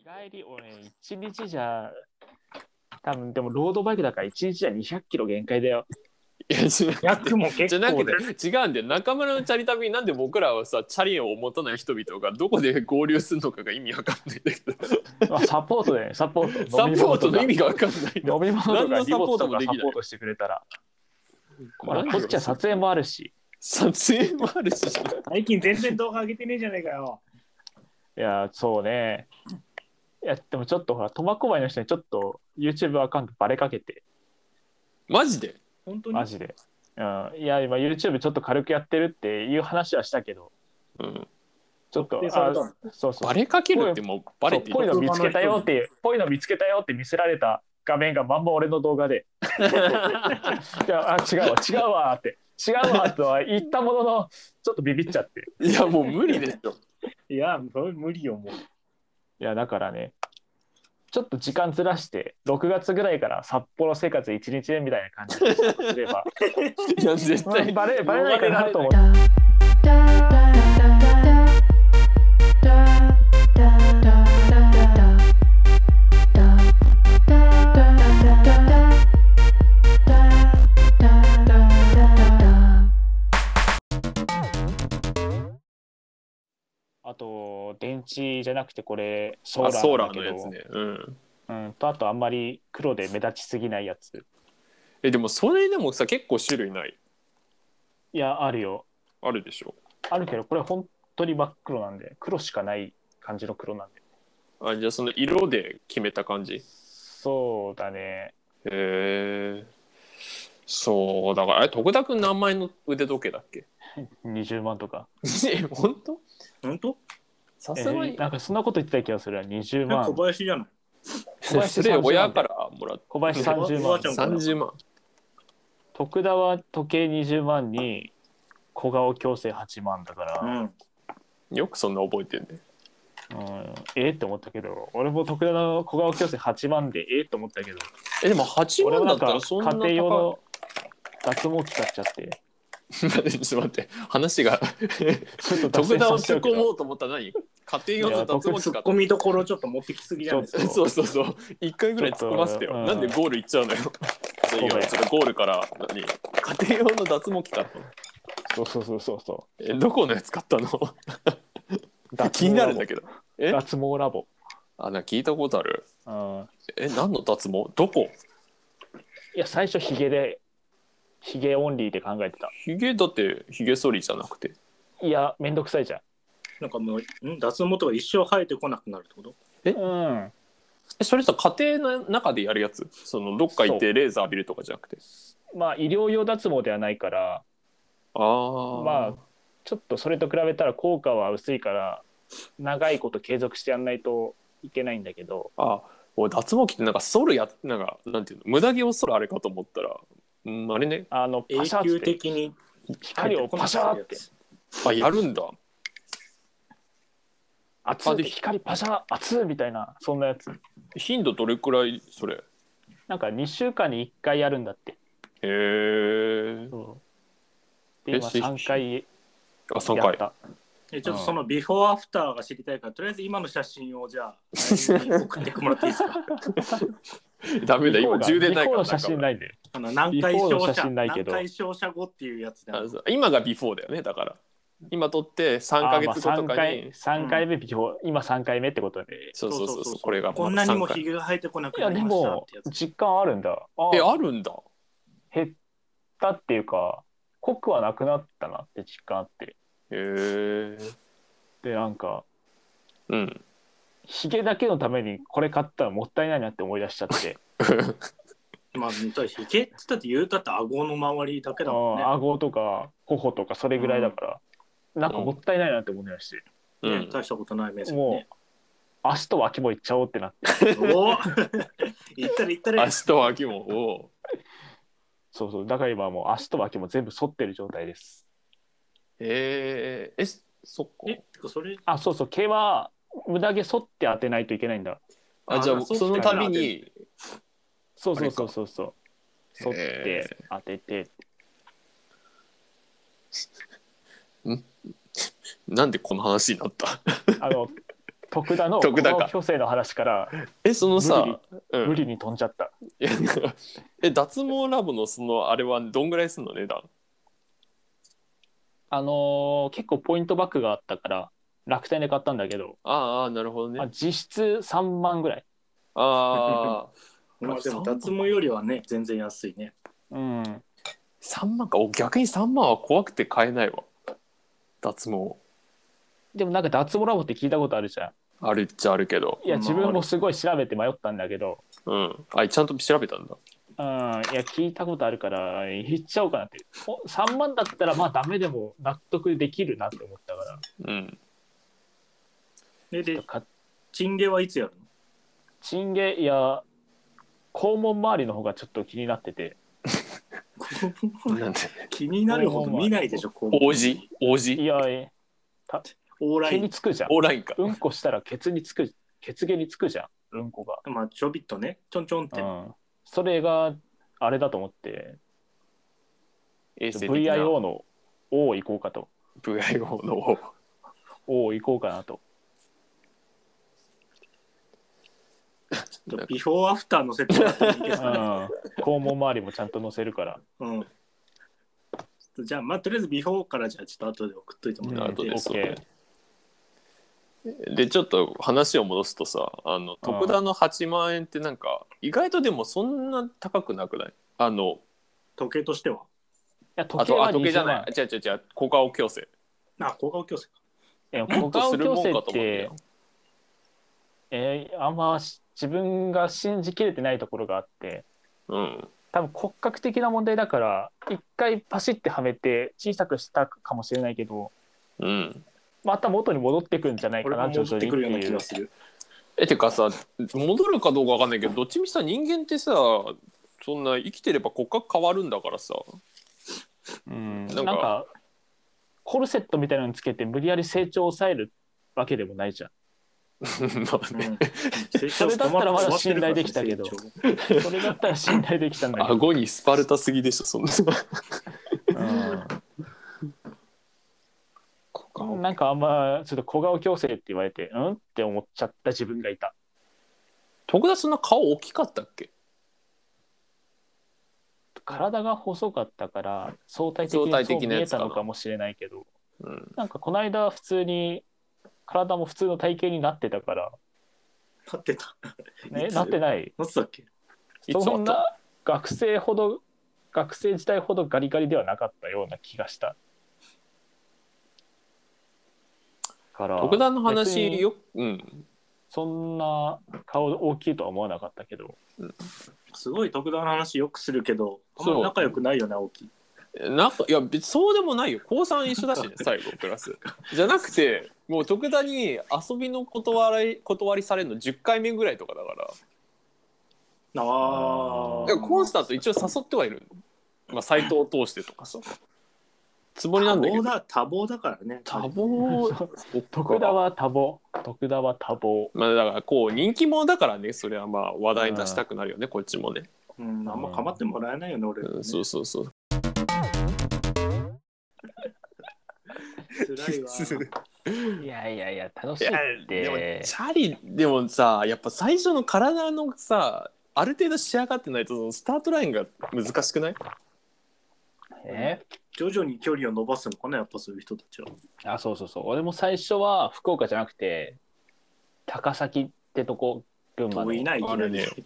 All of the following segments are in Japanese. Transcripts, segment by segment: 帰り、俺、1日じゃ、多分でもロードバイクだから1日じゃ200キロ限界だ よ。いやじゃなくて100もじ結ゃな構くで。て違うんで中村のチャリ旅なんで僕らはさチャリを持たない人々がどこで合流するのかが意味わかんないんだけどあサポートだよね、サポート。サポートの意飲み味がわかんない物とか。飲み物とか何のリサボポッートトもがでサきないポートしてくれたら。ほら何こっちは撮影もあるし。撮影もあるし最近全然動画上げてねえじゃねえかよ。いや、そうね。いや、でもちょっとほら、苫小牧の人にちょっと YouTube アカウントバレかけて、マジで本当にマジで。うん、いや、今 YouTube ちょっと軽くやってるっていう話はしたけど、うんちょっと、特定されたのあそうそうバ。レかけるってもうバレてそうぽいるの見つけたよって いう、ぽいの見つけたよって見せられた画面がまんま俺の動画 で、いやあ違うわ、違うわって、違うわとは言ったものの、ちょっとビビっちゃって。いやもう無理でしょいや、もう無理よ、もう。いや、だからね、ちょっと時間ずらして、6月ぐらいから札幌生活1日目みたいな感じ ですれば、いや絶対バレバレないかなと思って、あと、電池じゃなくてこれ、ソーラあソーーなラんーだのけやど、つねうんうん、とあとあんまり黒で目立ちすぎないやつ。えでもそれでもさ結構種類ないいや、あるよ。あるでしょあるけど、これ本当に真っ黒なんで、黒しかない感じの黒なんで。あじゃあその色で決めた感じそうだね。へえそうだからえ徳田君何枚の腕時計だっけ 20万とか。え本当本当さえすがーになんかそんなこと言ってた気がするな。20万小。林じゃない。小林それ親からもらっ小林30おばあ万ち。ゃんから30万徳田は時計20万に、小顔矯正8万だから、ん。よくそんな覚えてるねうんええって思ったけど、俺も徳田の小顔矯正8万でええって思ったけど、えでも8俺万はなだっんたから家そんな高庭い用の脱毛器買っちゃって、 ちょっと待って話がちょっと脱徳線田をさせて突っおくけ込どもうと思ったら何家庭用の脱毛器ツかッコミどころちょっと持ってきすぎじゃないですか。そうそうそう一回ぐらい突っ込ませてちょっよとなんでゴール行っちゃうのよごいめんやちょっとゴールから何家庭用の脱毛器買ったのそうそうそうそうそえどこのやつ買ったのう。脱毛気になるんだけどえ脱毛ラボ。あなんか聞いたことあるうんえ何の脱毛どこいや最初ヒゲでヒゲオンリーで考えてたヒゲだってヒゲ剃りじゃなくていやめんどくさいじゃんなんかもう、ん脱毛とか一生生えてこなくなるってことうんえそれさ家庭の中でやるやつそのどっか行ってレーザー浴びるとかじゃなくてまあ医療用脱毛ではないからああまあちょっとそれと比べたら効果は薄いから長いこと継続してやんないといけないんだけどあお脱毛器ってなんか剃るやなんかなんていうの無駄毛を剃るあれかと思ったら、うん、あれねあのパ永シャー久って的に光をパシャーってあやるんだ熱い光パシャー熱いみたいなそんなやつ頻度どれくらいそれへなんか2週間に1回やるんだってえそうでえ今し3回あ三や回ったえちょっとそのビフォーアフターが知りたいから、とりあえず今の写真を じゃあ、送ってもらっていいですかダメだ今充電ないビフォーからの写真ないんだよあの何回照ビフォーの写射、真ないけ何ど回照射後っていうやつで、あそう今がビフォーだよねだから今撮って3か月後とあかまあに、 3回 ,3 回目、今3回目ってことでそうそうそうそうこれがこんなにもまだひ三げが生えてこなくいなやでりましたっもてやつ。実感あるんだあ回えあるんだ減ったっていうか濃くはなくなったなって実感あってへえでなんかうんヒゲだけのためにこれ買ったらもったいないなって思い出しちゃって まあ、ひげってだって言うたって顎の周りだけだもんねあ。顎とか頬とかそれぐらいだから、なんかもったいないなって思い出して、うねん、大したことない目線もね。う足と脇もいっちゃおうってなってお言ったれ言ったれ。足と脇もおそうそうだから今はもう足と脇も全部反ってる状態ですえー、えそっえ、かてかそれ、あそうそう毛は無駄毛反って当てないといけないんだあじゃああそうそのたびにそうそうそうそうそうあ剃っれかへて当ててなんでこの話になった あの徳田のこ徳田かの虚勢の話からえそのさ、う無ん、理に飛んじゃった、いやえ脱毛ラボのそのあれはどんぐらいすんの値段あのー結構ポイントバックがあったから楽天で買ったんだけど、ああなるほどねまあ、実質3万ぐらいああまあでも脱毛よりはね全然安いねうん3万かお逆に3万は怖くて買えないわ脱毛でもなんか脱毛ラボって聞いたことあるじゃあるっちゃあるけどんいやまあ自分もすごい調べて迷ったんだけどうんあちゃんと調べたんだうんいや聞いたことあるから言っちゃおうかなってお3万だったらまあダメでも納得できるなって思ったからうんでちょっとで買っチンゲはいつやるチンゲいや肛門周りの方がちょっと気になってての なんで気になるほど見ないでしょこう王子王い子やオーラ毛イにンつくじゃんオーラインかうんこしたらケツにつくケツ毛につくじゃんうんこが、まあちょびっとねちょんちょんってうん、それがあれだと思って衛生的な VIO の O 行こうかと VIO の王 O 行こうかなとビフォーアフターのセットだったらいいけ うんど ね肛門周りもちゃんと載せるからうんじゃあまあとりあえずビフォーからじゃあちょっと後で送っといてもらっ後て、うんでそうね OK でちょっと話を戻すとさあの徳田の8万円ってなんか意外とでもそんな高くなくないあの時計としてはいや時あ計とはあ時計じゃ20な万い違う違う違う股間を矯正あ小顔矯正かいやも小っと顔する矯もんか正と思っっててえーあんまし自分が信じきれてないところがあってうん多分骨格的な問題だから一回パシッてはめて小さくしたかもしれないけどうんまた元に戻ってくんじゃないか俺もな徐戻々にってっくてるような気いうがするえてかさ戻るかどうかわかんないけどどっちみちさ人間ってさそんな生きてれば骨格変わるんだか らさうんななんんかかコルセットみたいなのにつけて無理やり成長を抑えるわけでも ないじゃんまあね、それだったらまだ信頼できたけどそれだったら信頼できたんだけど、顎にスパルタすぎでしょそんな股間うをんなんかあんまちょっと小顔矯正って言われてうんって思っちゃった自分がいた徳田そんな顔大きかったっけ体が細かったから相対的に相対的そうな見やえつかたなのかもしれないけどうんなんかこの間普通に体も普通の体型になってたから、立ってた ね、いつなってない何つだっけいつそあんっなた学生ほど学生時代ほどガリガリではなかったような気がしたから徳田の別に話ようんそんな顔大きいとは思わなかったけどすごい特段の話よくするけどあんそうま仲良くないよね青木なんかいや別にそうでもないよ高3一緒だしね最後クラスじゃなくてもう徳田に遊びの断り断りされるの10回目ぐらいとかだからーあいやコンスタタント一応誘ってはいるまあサイトを通してとかさつもりなんだけ多ど忙だ多忙だからね多忙徳田は多忙徳田は多忙まあだからこう人気者だからねそれはまあ話題に出したくなるよねこっちもねうんあんま構ってもらえないよね俺うんそうそうそう 辛いわいやいやいや楽いしやいっでもてチャリでもさやっぱ最初の体のさある程度仕上がってないとそのスタートラインが難しくないえ徐々に距離を伸ばすのかなやっぱそういう人たちはあそうそうそう俺も最初は福岡じゃなくて高崎ってとこ群馬の遠いないあきなれり ねう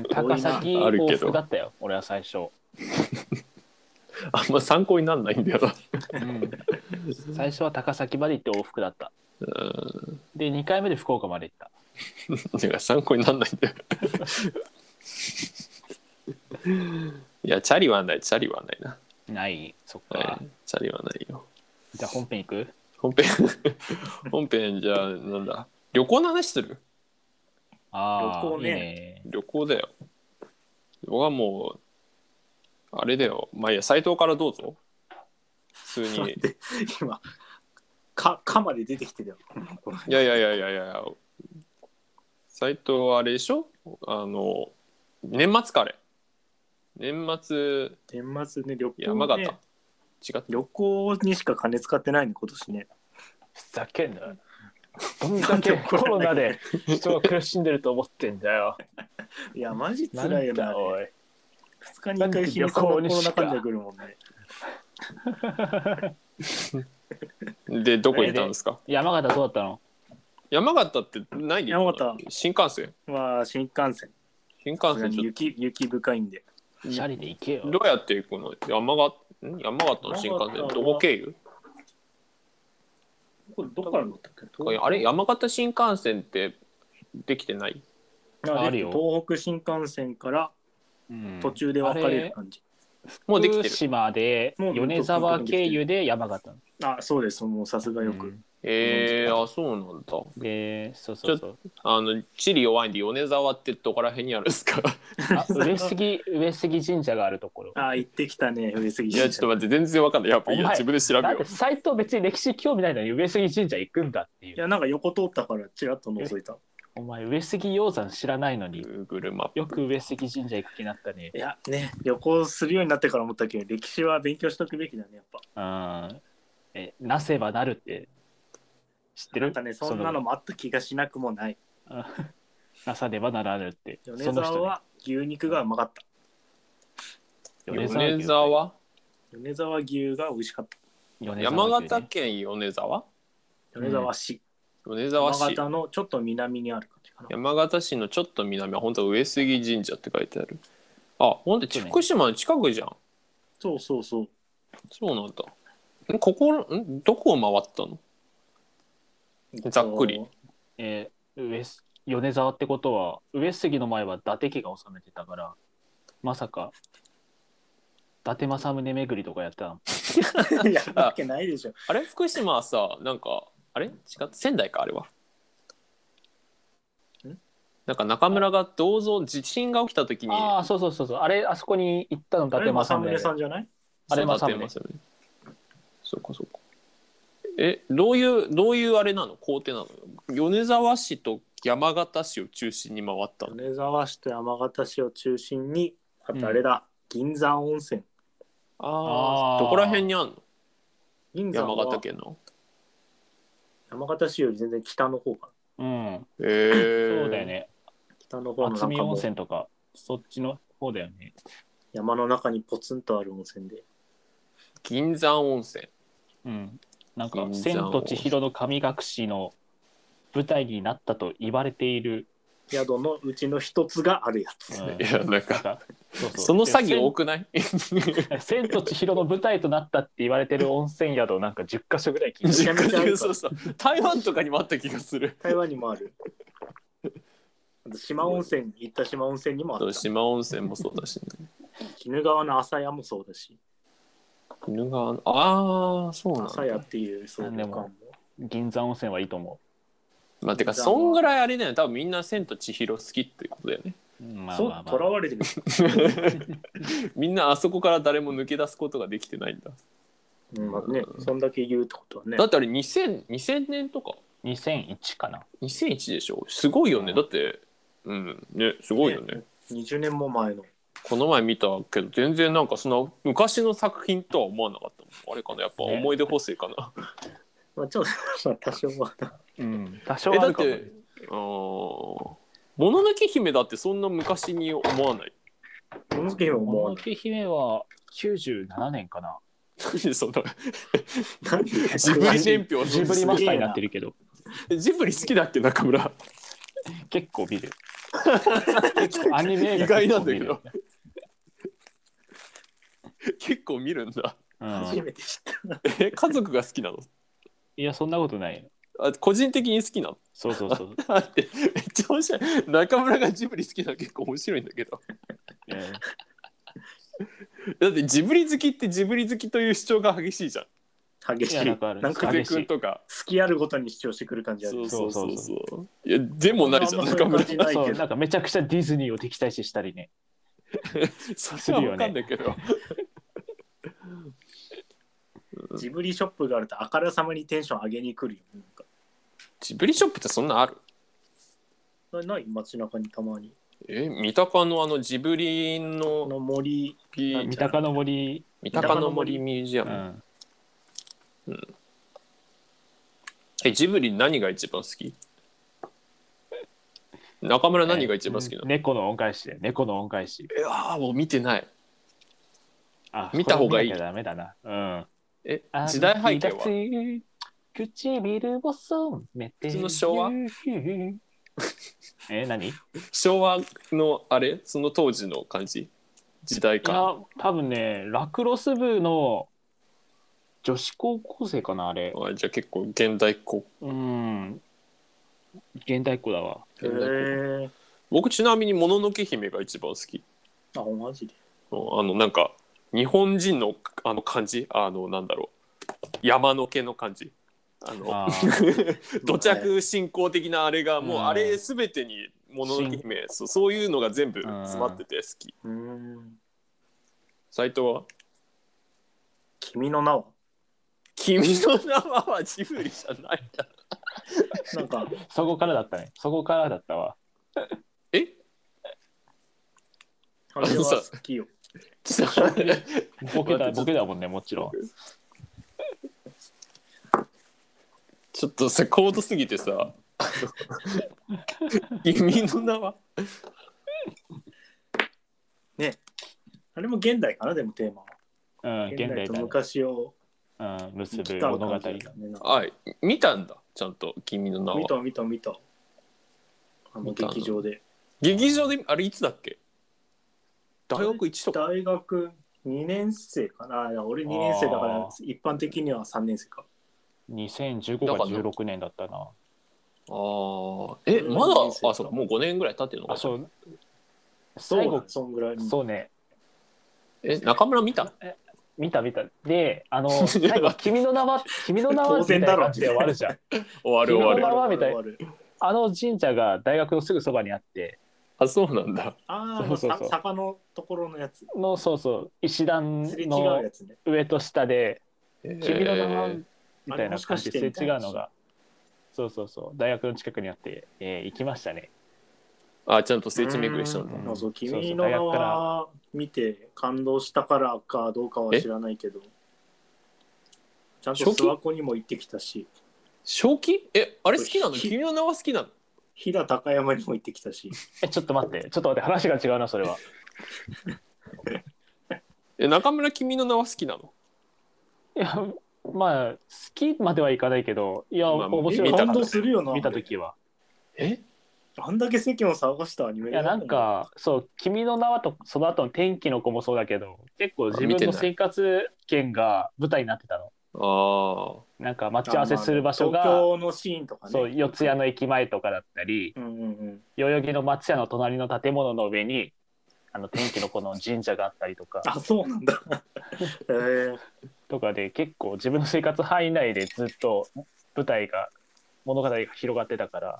ん高崎あるけ往ど復だったよ俺は最初、 あんま参考にならないんだよな最初は高崎まで行って往復だったうんで2回目で福岡まで行っただから参考にならないんだよ いやチャリはないチャリはないな、ないそっか、はい、チャリはないよじゃあ本編行く本編 本編じゃあなんだ旅行の話するああ旅行ねいいね旅行だよ僕はもうあれだよまあいいや斎藤からどうぞ普通にい今かかまで出てきてるよやいやいやいやいや斎藤はあれでしょあの年末カレー年末年末ね旅行山形、ね違った旅行にしか金使ってないね今年ねふざけんなどんだけコロナで人が苦しんでると思ってんだよ。いや、マジなん辛いよな。だおい。 2日に1回日にそんなコロナ患者来るもんね。でどこ行ったんですか山形どうだったの山形ってないで山形新幹線まあ、新幹線。新幹線ちょっ雪雪深いんで。シャリで行けよと。どうやって行くの山形ん山形の新幹線山形どこ経由これどこから乗ったっけあれ山形新幹線ってできてないああるよ東北新幹線からうん途中で分かれる感じ。もうできてる福島で米沢経由で山形あそうです、もうさすがよく。うんえー、あそうなんだでそうそうそうあの地理弱いんで米沢ってどこら辺にあるんですか あ上杉上杉神社があるところあ行ってきたね、上杉いやちょっと待って全然わかんないやっぱいおや前自分で調べだっよて斎藤別に歴史興味ないのに上杉神社行くんだっていいうや、なんか横通ったから、ちらっと覗いた。お前上杉鷹山知らないのうに Google マップよく上杉神社行く気になったねいや、ね、旅行するようになってから思ったけど、歴史は勉強しとくべきだね、やっぱ。うんえなせばなるって知ってるなんかね、そんなのもあった気がしなくもない。なさねばならぬって米その人沢ねは牛肉がうまかった。米牛ね沢米沢牛が美味しかっ米山沢牛ね形県米沢た。米沢市。米山沢市形のちょっと南にある感じかな。山形市のちょっと南は本当は上杉神社って書いてあるあ本当福島の近くじゃんそうそうそう。そうなんだんここんどこを回ったのざっくり。えー上杉米沢ってことは上杉の前は伊達家が治めてたからまさか伊達政宗巡りとかやってたのいや、わけないでしょ。あれ福島はさなんかあれ違った仙台かあれはんなんか中村が銅像地震が起きた時にああそうそうそうそうあれあそこに行ったの伊あれ、達政政宗さ宗んじゃないあれそう政宗伊達政宗そうかそうかえどういうどういうあれなの工程なの米沢市と山形市を中心に回ったの米沢市と山形市を中心に、あとあれだ、銀山温泉。ああーあどこら辺にあんの銀山山は形県の山形市より全然北の方かな。うんへえそうだよね北の方のな渥ん美かも温う泉とかそっちの方だよね山の中にポツンとある温泉で。銀山温泉うんなんか「銀山千と千尋の神隠し」の舞台になったと言われている、宿のうちの一つがあるやつ。うんいやなんなんかかそうそうその詐欺で多くない千 と千尋の舞台となったって言われてる温泉宿をなんか10箇所ぐらい聞いめて ちゃめちゃあるからそうそう台湾とかにもあった気がする台湾にもある。あと島温泉、行った島温泉にもあそうった。島温泉もそうだし、 ね、鬼怒川の朝屋もそうだし、犬がああそうなんだ朝屋っていうそういうなんで旅も館も。銀山温泉はいいと思まあてかそんぐらいあれだよね多分みんな「千と千尋」好きってことだ よねう。まそう、とらわれてる。みんなあそこから誰も抜け出すことができてないんだうん、まあね、そんだけ言うってことはねだ。ってあれ 2000, 2000年とか2001かな。 2001でしょすごいよねだってうんねすごいよね20年も前の。この前見たけど全然なんかその昔の作品とは思わなかったもんあれかなやっぱね思い出補正かな、まあ、ちょっと、まあ、多少は。うん、多少えあだっるかもね。てあーもののけ姫だってそんな昔に思わないこの時もも思のわのけ姫は97年かな。何そのない。ジブリ年表ジブリマスターになってるけど、ジブリ好きだっけ中村結構見る。アニメ映画意外結な構んだ見けるど。結構見るんだう初ん、めて知った。え家族が好きなのいや、そんなことないよ。あ個人的に好きなのそうそう そう。だってめっちゃ面白い中村がジブリ好きなの結構面白いんだけどえだってジブリ好きってジブリ好きという主張が激しいじゃん激しいい。やななんんかかあ好る激久世しい君とかきあるごとに主張してくる感じあそるう。そうそうそういやでもそないじゃん中 村ーそけうなどんかめちゃくちゃディズニーを敵対視したりね。それはわかんないけど、ジブリショップがあると、あからさまにテンション上げに来るよ。なんかジブリショップってそんなあるなない街中にたまに。え三鷹のあのジブリこのの森、ピ三鷹の森、三鷹の森ミュージアうム、ん、えジブリ何が一番好き中村何が一番好きなの、猫の恩返しで猫の恩返しいやーもう見てないあ見た方がいいこれ見なきゃダメだなえうん時代背景はは唇を染めて普通の昭和 え何い昭和のあれその当時の感じ時代感や多分ねラクロス部の女子高校生かなあれあじゃあ結構現代っ子うん現代っ子だわへ現代っ子え。僕ちなみに「もののけ姫」が一番好きあ、マジで。あのなんか日本人のあの感じあのなんだろう山のけの感じあのあ ー土着信仰的なあれがもううんあれ全てに「もののけ姫」そうそういうのが全部詰まってて好きうん。斎藤は君の名は。 「君の名は」はジブリじゃないだろなんか、そこからだったねそこからだったわえあれは好 きよ。 ちょっと待ってボケ待ってだボケだもんねもちろんちょっとさ高度すぎて さ「君の名はあれも現代かな、でもテーマは。うん現現代代とだね昔をうん結生きぶた物語感だじだね。なん」かあ見たんだちゃんと「君の名見はた見た見た。あの見たの劇場で。」劇場であれいつだっけ大学1とか大学2年生かなあいや俺2年生だからあー一般的には3年生か2015か16年だったなああえまだあそうかもう5年ぐらい経ってるのかあそうそ最う後だそんぐらいそうねえ中村見た見た見たであの最後「君の名は」「君の名は」当みたい然なだろ感じで終わるじゃん終わる君の終わ名るはみたいなあの神社が大学のすぐそばにあってあそうなんだあそうそうあそう坂のところのやつのそうそう石段すれ違うのやつね上と下でえ「君の名は」ーみたいな感じですれ違うのがそうそうそう大学の近くにあって、えー行きましたねあちゃんと聖地巡りしたんだうんあそうそうそ君うの大名学からは見て感動したからかどうかは知らないけどちゃんと初期諏訪湖にも行ってきたし正気えあれ好きなの君の名は好きなの飛騨高山にも行ってきたしえちょっと待ってちょっと待って話が違うなそれはえ中村君の名は好きなのいやまあ好きまではいかないけどいや、まあ面白見いたから感動するよな見た時はえあんだけ世間を騒がしたアニメいだやよねなんかそう「君の名は」とその後の「天気の子」もそうだけど結構自分の生活圏が舞台になってたのああなんか待ち合わせする場所あまあが東京のシーンとかねそう四谷の駅前とかだったりうんうんうん代々木の松屋の隣の建物の上にあの天気の子の神社があったりとかあそうなん だへえとかで結構自分の生活範囲内でずっと舞台が物語が広がってたから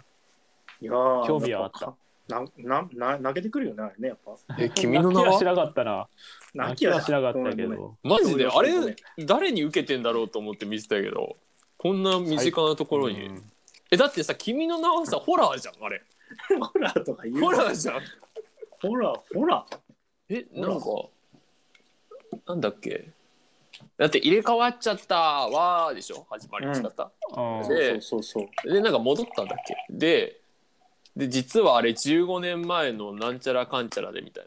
いやー興味はあった。なんかななな投げてくるよねあれねやっぱ。え 君の泣名きはしはなかったな泣泣ききははししななかかっったたけけどどマジであごめんごめんれ誰に受けてんだろうと思って見てたけどこんな身近なところに、うんえだってさ君の名はさホラーじゃんあれホラーとか言う。ホラーじゃんホラーホラー。えほらなんかなんだっけだって入れ替わっちゃったわーでしょ始まり違った、あーでそうそうそうでなんか戻ったんだっけでで実はあれ15年前のなんちゃらかんちゃらでみたい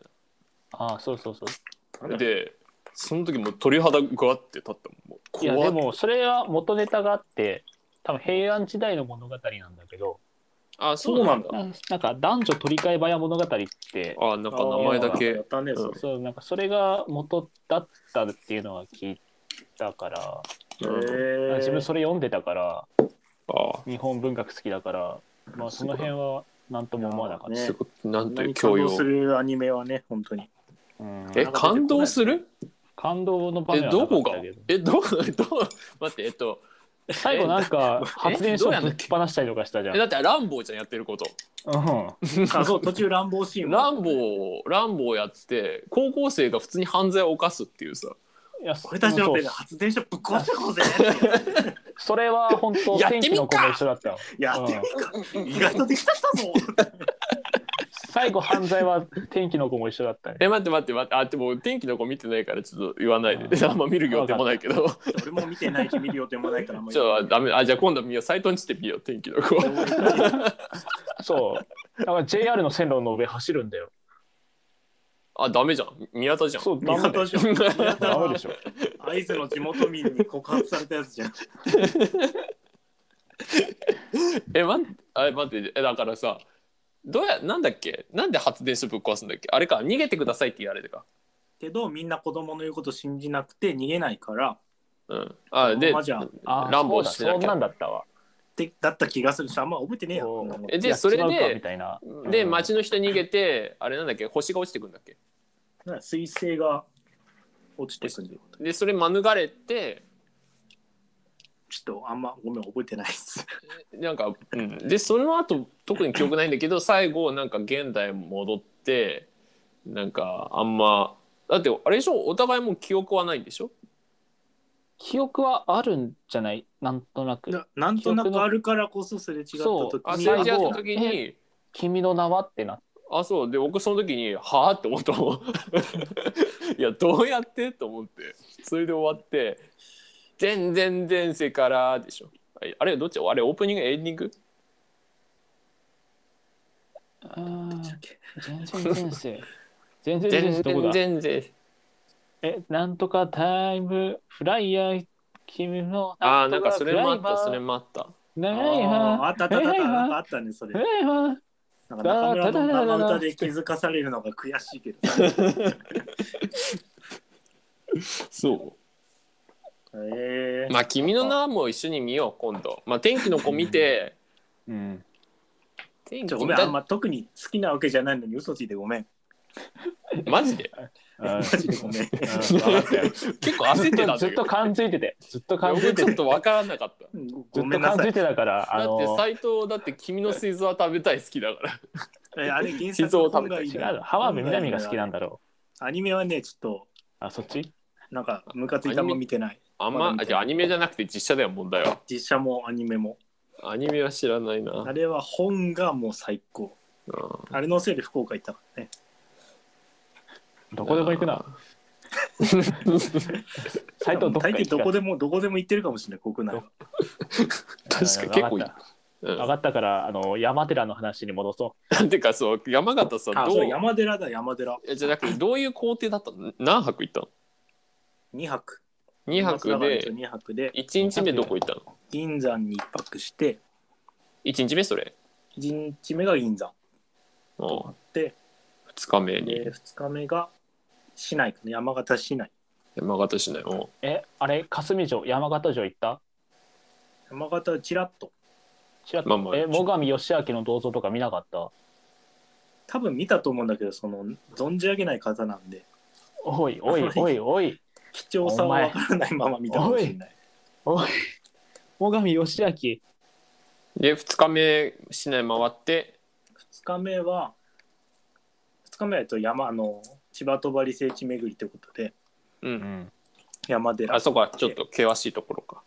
あーそうそうそうそう。ななんだでその時もう鳥肌ぐわって立ったもんもういや怖でっもそれは元ネタがあって多分平安時代の物語なんだけどあそうなんだななんか男女取り替え早物語ってあなんか名前だあーけやったね。そうんれそうなんかそれが元だったっていうのは聞いたから、へ自ー分それ読んでたからあ日本文学好きだから、まあ、その辺は何とも思わなかった、ねすごいなんとい何うに感教養動するアニメはね本当に。うんえ感動する感動の場え面はなどかこっがたけどえどこ どこ待ってえっと最後なんか発電所どうをやんぶだっっけ放したりとかしたじゃんえだってランボーじゃんやってることうあそう途中乱暴シーンも。ランボーランボーやって高校生が普通に犯罪を犯すっていうさんいや俺たちの手でそう発電所ぶっ壊してこうぜ。それは本当やって天みっか気の子も一緒だったよやってみるか。意外とできた人だぞ。最後犯罪は天気の子も一緒だったね。 え待って待って待ってあでも天気の子見てないからちょっと言わないで あんま見る予定もないけど 俺も見てないし見る予定もないからあんまりじゃあダメあじゃあ今度見ようサイトにしてみよう天気の 子そう。だから JR の線路の上走るんだよ。あダメじゃん宮田じゃんそう、ダ宮メだよ田じゃん宮田ダメではしょ。会津の地元民に告発されたやつじゃん え待ってあ待ってえだからさどうやなんだっけなんで発電所ぶっ壊すんだっけあれか逃げてくださいって言われてかけどみんな子供の言うこと信じなくて逃げないからうんあでまあじゃああー乱暴しそうてだなそんきゃなんだったわ。ってだった気がするしあんま覚えてねえよそうこんなもんえいでやそれ違うかでみたいな。でうん町の人逃げてあれなんだっけ星が落ちてくんだっけなんか彗星が落ちてくることでそれ免れてちょっとあんまごめん覚えてないですなんか、うん、でその後特に記憶ないんだけど最後なんか現代戻ってなんかあんまだってあれでしょお互いもう記憶はないんでしょ記憶はあるんじゃないなんとなく。ななんとなくあるからこそすれ違ったそうあ時すにれ違最っ後た時に君の名はってなっあそうで僕その時に「はあ?」って思ったもん いやどうやってと思ってそれで終わって「全然前世から」でしょあれあれどっちあれオープニングエンディングた。だっけ全然先生。全然先全生どこ然だ前世え、なんとかタイムフライヤー君のあーなんかそれもあったそれも。もあった長いあーあは。ったあったあったはいはいなんはかあったねそれい。はいは。なんか中村の生歌で気づかされるのが悔しいけどそうえ ー、まあ君の名も一緒に見よう今度まあ天気の子見てうん。天ち気ょのご子めんあんま特に好きなわけじゃないのに嘘ついてごめんマジでうんマジでごめんうんわかったよ結構焦ってたんだずけっとど感づいてて、ずっと感づ僕いて、ちょってずと分からなかったごっめとんな感さづいいてたから、あだっての、斎藤だって君の水蔵食べたい好きだからえあれ原静作をの食べ本てがいい違のう、浜辺美波が好きなんだろアニメはねちょっう。とあ、そっちなんかムカついたもん見てないあんまあじゃあアニメじゃなくて実写だよ問題は実写もアニメもアニメは知らないなあれは本がもう最高あれのせいで福岡行ったからねどこでも行くな。斎藤どっか大行抵くかどらこでもどこでも行ってるかもしれない国内は確かに結構いいわかっうたわかったから、あの、山寺の話に戻そん、てかそう山形さあどそうう山寺だ山寺えじゃなくてどういう工程だったの何泊行ったの2泊 ?2 泊で2泊で1日目どこ行ったの銀山に1泊して ?1 日目それ1日目が銀山2で日目にで2日目が市内かな山形市内山形市内をう。え、あれ、霞城、山形城行った山形ちらっとちらっとまあまあえ、最上義明の銅像とか見なかった多分見たと思うんだけどその存じ上げない方なんでおいおいおいおい貴重さは分からないまま見たかもしれないおい最上義明で2日目市内回って2日目は2日目はえっと山あの千葉戸張聖地巡りということでううんん山寺あそこはちょっと険しいところか、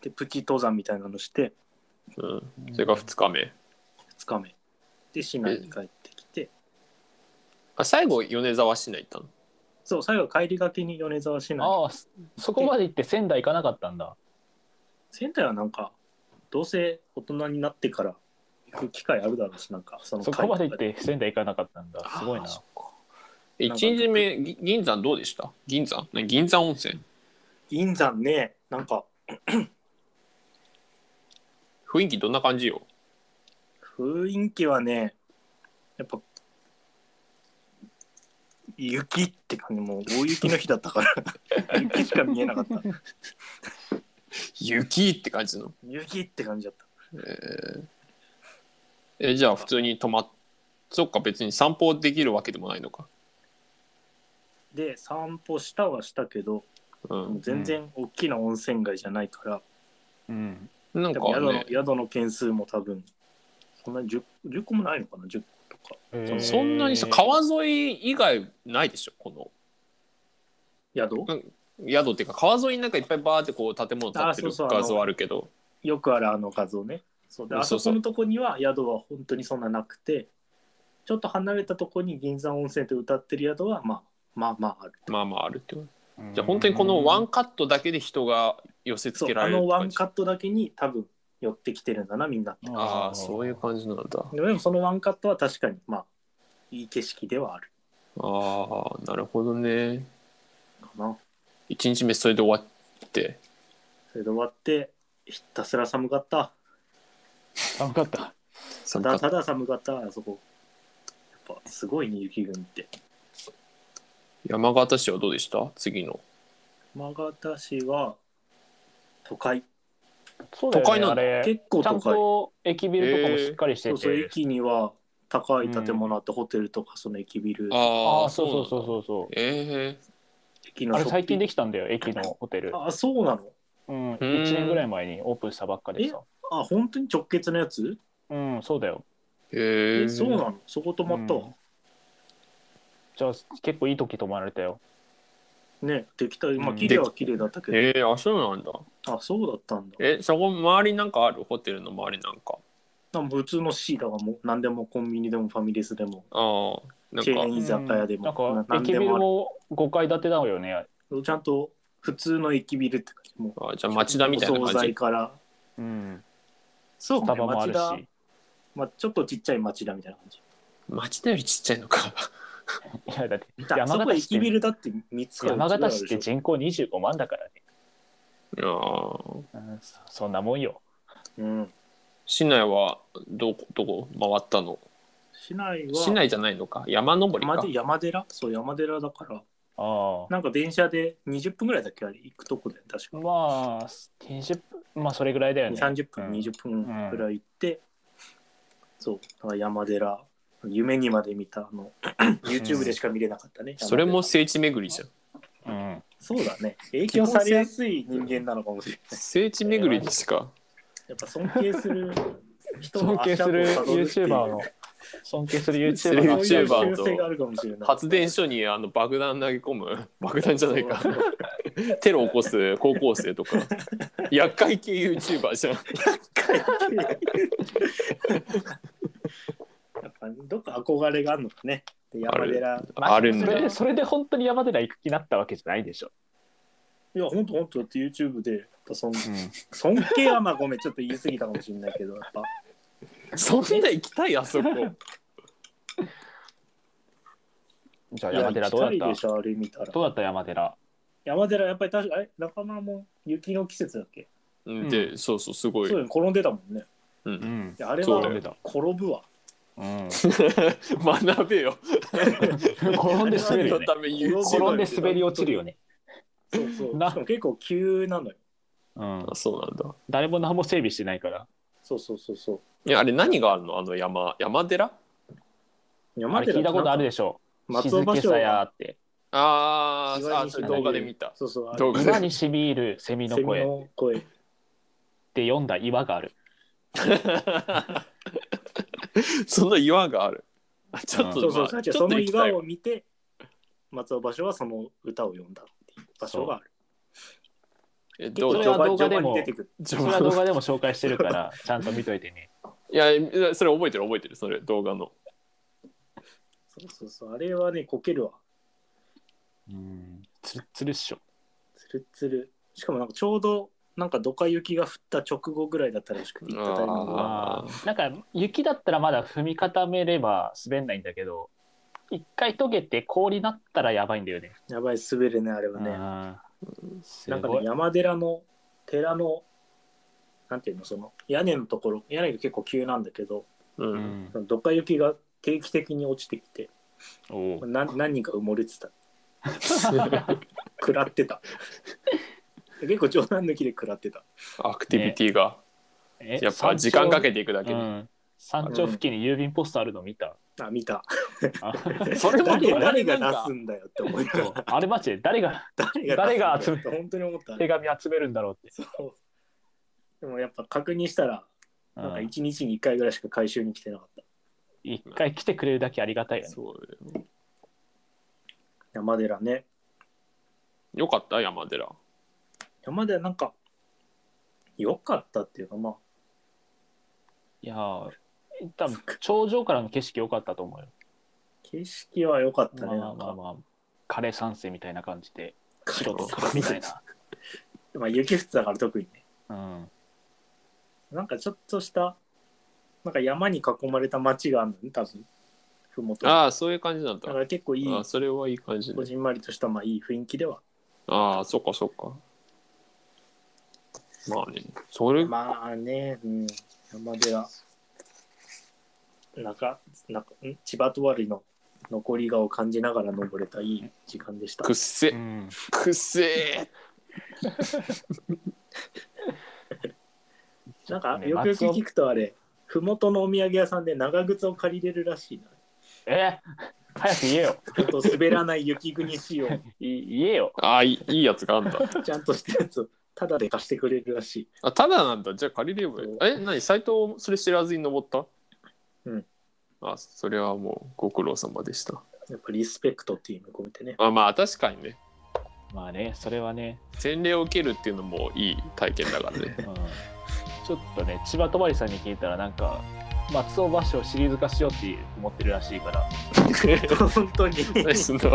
でプチ登山みたいなのしてうん、それが2日目2日目で市内に帰ってきてあ最後米沢市内行っそう最後帰りがけに米沢市内ああそそこまで行って仙台行かなかったんだ仙台はなんかどうせ大人になってから行く機会あるだろうしなんかそのそこまで行って仙台行かなかったんだたのすごいなあーそっか1日目ぎ銀山どうでした銀山ね銀山温泉銀山ねなんか雰囲気どんな感じよ雰囲気はねやっぱ雪って感じもう大雪の日だったから雪しか見えなかった雪って感じの、雪って感じだったえーえじゃあ普通に泊まっそっか別に散歩できるわけでもないのか、で散歩したはしたけどう、もうん全然大きな温泉街じゃないから、うんなん多か分宿のね宿の件数も多分そんなに 10, 10個もないのかな10個とかへーそんなにさ川沿い以外ないでしょこの宿宿っていうか川沿いになんかいっぱいバーってこう建物建ってるあそうそうあの画像あるけどよくあるあの画像ねそうでそうあそうそこのとこには宿は本当にそんななくてちょっと離れたとこに銀山温泉って歌ってる宿は、まあ、まあまあある。まあまああるってことじゃあ本当にこのワンカットだけで人が寄せつそうけらあれるのってワ感ンじカットだけに多分寄ってきてるんだなみんなってああそういう感じなんだでもそのワンカットは確かにまあいい景色ではあるああなるほどねかな1日目それで終わってそれで終わってひたすら寒かった寒かった。そたのだただ寒かったあそこやっぱすごいね雪国って山形市はどうでした次の山形市は都会そうだだよねよね、ああれ。結構ちゃ都ん会と駅ビルとかもしっかりしてて。そうそう駅には高い建物あって、ホテルとかその駅ビルあああ、そうそうそううそうそう。ええ駅のあシれョ最ッピ近ングできたんだよ、駅のホテル。あそうなのうん、1年ぐらい前にオープンしたばっかでさ。あ本当に直結のやつうん、そうだよ。へええそうなのそこ泊まったわ、うんじゃあ結構いい時泊まられたよ。ねできたまうあん綺麗は綺麗だったけど、ええあそうなんだあそうだったんだえそこ周りなんかあるホテルの周りなんかなんか普通の C だがもう何でもコンビニでもファミレスでもああなんチェーンか居酒屋でうんなんも、か何駅でビルもも5階建てだよね。あるちゃんと普通の駅ビルって感じもあじゃあ町田みたいなお惣感菜じからうん。そうスねタバもあるし。町田まあ、ちょっとちっちゃい町田みたいな感じ町田よりちっちゃいのか いやだってだからそ山こ形市駅っビてルだって3つから山形市っ四つてぐらいあるでしょ人口25万だからね。ああうん、そそんなもんよ。うん、市内はどこどこ回ったの市内は市内じゃないのか山登り山かで山寺そう山寺だからああ。なんか電車で20分ぐらいだっけあれ行くとこで確かまあ、20分、まあそれぐらいだよね。 30分、うん20分ぐらい行って、そうだから山寺夢にまで見たあ の YouTube でしか見れなかったね、山寺それも聖地巡りじゃんうん。そうだ ね影響されやすい人間なのかもしれない聖地巡りですかやっぱ尊敬す る人尊の敬足す跡をるたどるっていう YouTuber の、尊敬するする YouTuber のそ YouTuber ういう習性があるかもしれない発電所にあの爆弾投げ込む爆弾じゃないかテロを起こす高校生とか厄介系 YouTuber じゃんやっぱどっか憧れがあるのかねで山寺あるんそだれそれで本当に山寺行く気になったわけじゃないでしょ。いや本当本当だって YouTube でやっぱ尊うん、尊敬はまあごめんちょっと言い過ぎたかもしれないけどやっぱそんな行きたいあそこじゃあいや山寺どうだ行きたいっでしたょあれ見たらどうだった山寺。山寺やっぱり確かあれ仲間も雪の季節だっけうんで、そうそうすごいそうよね転んでたもんねうんんい。やあれそはうだ転んで転た。ぶわうん。学べよ 転んで滑るよ のね。ため YouTuber 転転んで滑り落ちるよね。そう そうなしかも結構急なのようんあ。そうなんだ誰も何も整備してないから。そうそうそうそういやあれ何があるのあの山山寺あ山れ聞いたことあるでしょ。松静尾芭け蕉さやはって。あーあ岩にそれ動画で見たそうそうあ動画岩でにしみるセミのセミ声っの声て読んだ岩がある。その岩があるあちょっそとうそうまそあうちじゃあょそっとの行きたい岩わを見て松尾芭蕉はその歌を読んだっていう場所があるえどそうれちょは動画で序盤にも出、てくるそれは動画でも紹介してるから、ちゃんと見といてね。いやいやそれ覚えてる覚えてるそれ動画のそうそうそうあれはねこけるわうん。つるつるっしょ。つるつるしかもなんかちょうどなんかどか雪が降った直後ぐらいだったらしくて行ったタイミングがああーなんか雪だったらまだ踏み固めれば滑んないんだけど一回溶けて氷になったらやばいんだよね。やばい滑るねあれはねうんすなんかごねい山寺の寺のなんていうのその屋根のところ屋根が結構急なんだけどううん んどか雪が定期的に落ちてきておうな何人か埋もれてた食らってた結構冗談抜きで食らってたアクティビティがえやっぱ時間かてけていくだけで山頂付近に郵便ポストあるの見たあ見たあそれも誰どう誰なんがか出すんだよって思いながそうらあれマジで誰が誰が出す 誰が集んだよっめて本当に思った手紙集めるんだろうって。そうでもやっぱ確認したらうんなんか1日に1回ぐらいしか回収に来てなかった一回来てくれるだけありがたいよね。そう山寺ねよかった山寺山寺なんか良かったっていうかまあいやー多分頂上からの景色良かったと思うよ。景色は良かったまあね。まなあんまあか、まあ、枯れ山水みたいな感じで、白とと黒みたいな。 まあ、雪降ってたから特にね。うん。なんかちょっとした、なんか山に囲まれた町があるのね、多分。ふもと。だああ、そういう感じなんだ。かあら結構いいあ、それはいい感じこで。じんまりとした、まあいい雰囲気では。ああ、そっかそっか。まあね、それ、まあね、うん、山寺。なんか、なんか、ん千葉とわりの残り顔を感じながら登れたいい時間でしたくっ。せ、うん、くっせなんか、ねよくよく松尾聞くとあれ、ふもとのお土産屋さんで長靴を借りれるらしいな。え 早く言えよ。ちょっと滑らない雪国仕 様、い言えよ。ーああ、いいいいやつがあんだ。ちゃんとしたやつをただで貸してくれるらしい。あ、ただなんだ。じゃあ借りればいいそう。え、なに、斎藤、それ知らずに登ったうん。あ、それはもうご苦労様でした。やっぱリスペクトっていう意味込め てね。あまあ、確かにね。まあね、それはね、洗礼を受けるっていうのもいい体験だから ねう。ん、ちょっとね、千葉とばりさんに聞いたら、なんか、松尾芭蕉をシリーズ化しようって思ってるらしいから、本当に。何すんのうん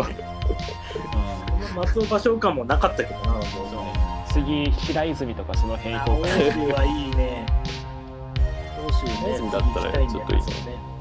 松尾芭蕉感もなかったけどな、もうそうね、次、平泉とかその辺あ行こう欧かな 州はいいね。欧州ね、だったらちょっといい行きたんだよね。